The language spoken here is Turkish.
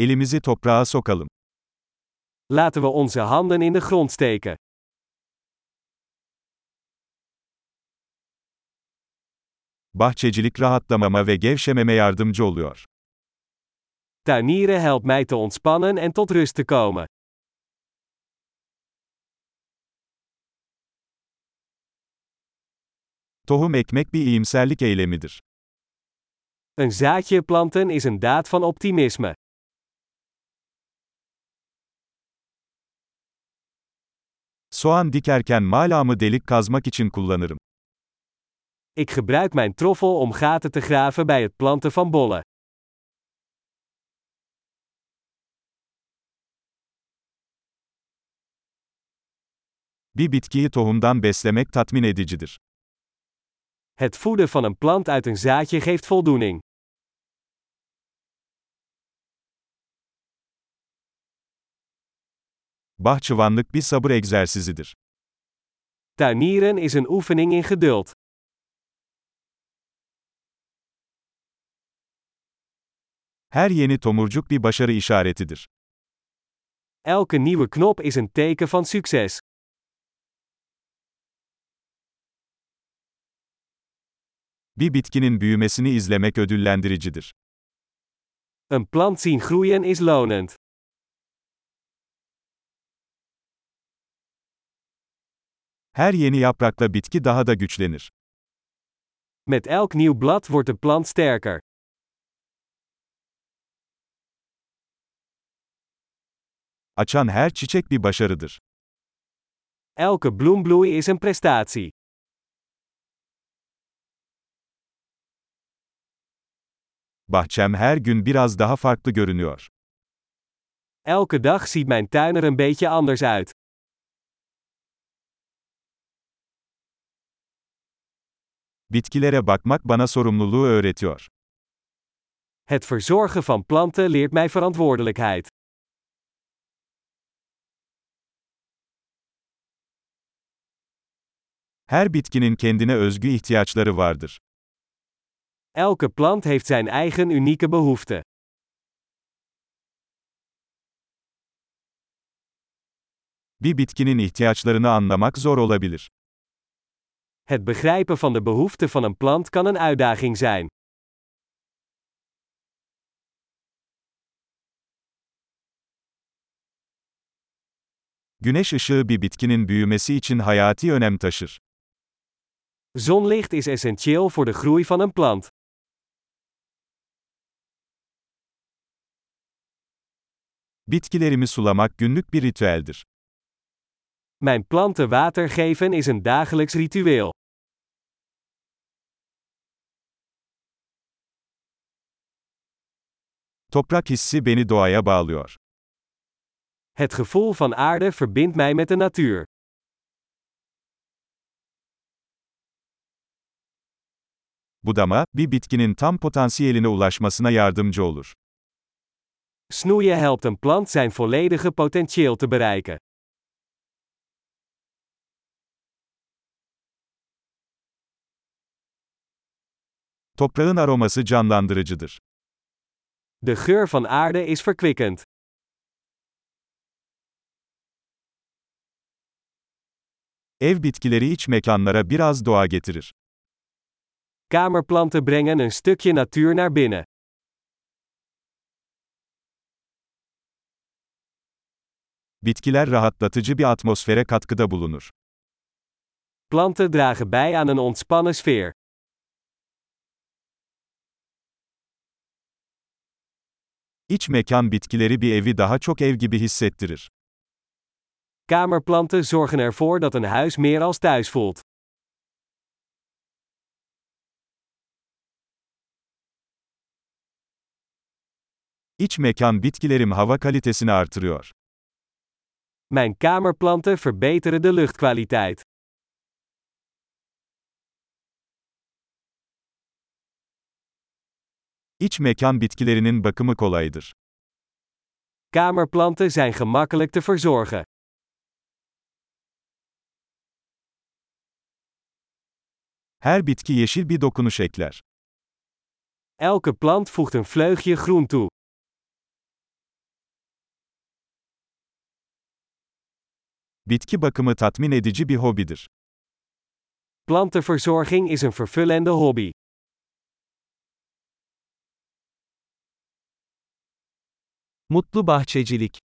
Elimizi toprağa sokalım. Laten we onze handen in de grond steken. Bahçecilik rahatlamama ve gevşememe yardımcı oluyor. Tuinieren helpt mij te ontspannen en tot rust te komen. Tohum ekmek bir iyimserlik eylemidir. Een zaadje planten is een daad van optimisme. Soğan dikerken malamı delik kazmak için kullanırım. Ik gebruik mijn troffel om gaten te graven bij het planten van bollen. Bir bitkiyi tohumdan beslemek tatmin edicidir. Het voeden van een plant uit een zaadje geeft voldoening. Bahçıvanlık bir sabır egzersizidir. Tuinieren is een oefening in geduld. Her yeni tomurcuk bir başarı işaretidir. Elke nieuwe knop is een teken van succes. Bir bitkinin büyümesini izlemek ödüllendiricidir. Een plant zien groeien is lonend. Her yeni yaprakla bitki daha da güçlenir. Met elk nieuw blad wordt de plant sterker. Açan her çiçek bir başarıdır. Elke bloembloei is een prestatie. Bahçem her gün biraz daha farklı görünüyor. Elke dag ziet mijn tuin er een beetje anders uit. Bitkilere bakmak bana sorumluluğu öğretiyor. Het verzorgen van planten leert mij verantwoordelijkheid. Her bitkinin kendine özgü ihtiyaçları vardır. Elke plant heeft zijn eigen unieke behoeften. Bir bitkinin ihtiyaçlarını anlamak zor olabilir. Het begrijpen van de behoeften van een plant kan een uitdaging zijn. Güneş ışığı bir bitkinin büyümesi için hayati önem taşır. Zonlicht is essentieel voor de groei van een plant. Bitkilerimi sulamak günlük bir ritüeldir. Mijn planten water geven is een dagelijks ritueel. Toprak hissi beni doğaya bağlıyor. Het gevoel van aarde verbindt mij met de natuur. Budama, bir bitkinin tam potansiyeline ulaşmasına yardımcı olur. Snoeien helpt een plant zijn volledige potentieel te bereiken. Toprağın aroması canlandırıcıdır. De geur van aarde is verkwikkend. Ev bitkileri iç mekanlara biraz doğa getirir. Kamerplanten brengen een stukje natuur naar binnen. Bitkiler rahatlatıcı bir atmosfere katkıda bulunur. Planten dragen bij aan een ontspannen sfeer. İç mekan bitkileri bir evi daha çok ev gibi hissettirir. Kamerplanten zorgen ervoor dat een huis meer als thuis voelt. İç mekan bitkilerim hava kalitesini artırıyor. Mijn kamerplanten verbeteren de luchtkwaliteit. İç mekan bitkilerinin bakımı kolaydır. Kamerplanten zijn gemakkelijk te verzorgen. Her bitki yeşil bir dokunuş ekler. Elke plant voegt een vleugje groen toe. Bitki bakımı tatmin edici bir hobidir. Plantenverzorging is een vervullende hobby. Mutlu bahçecilik.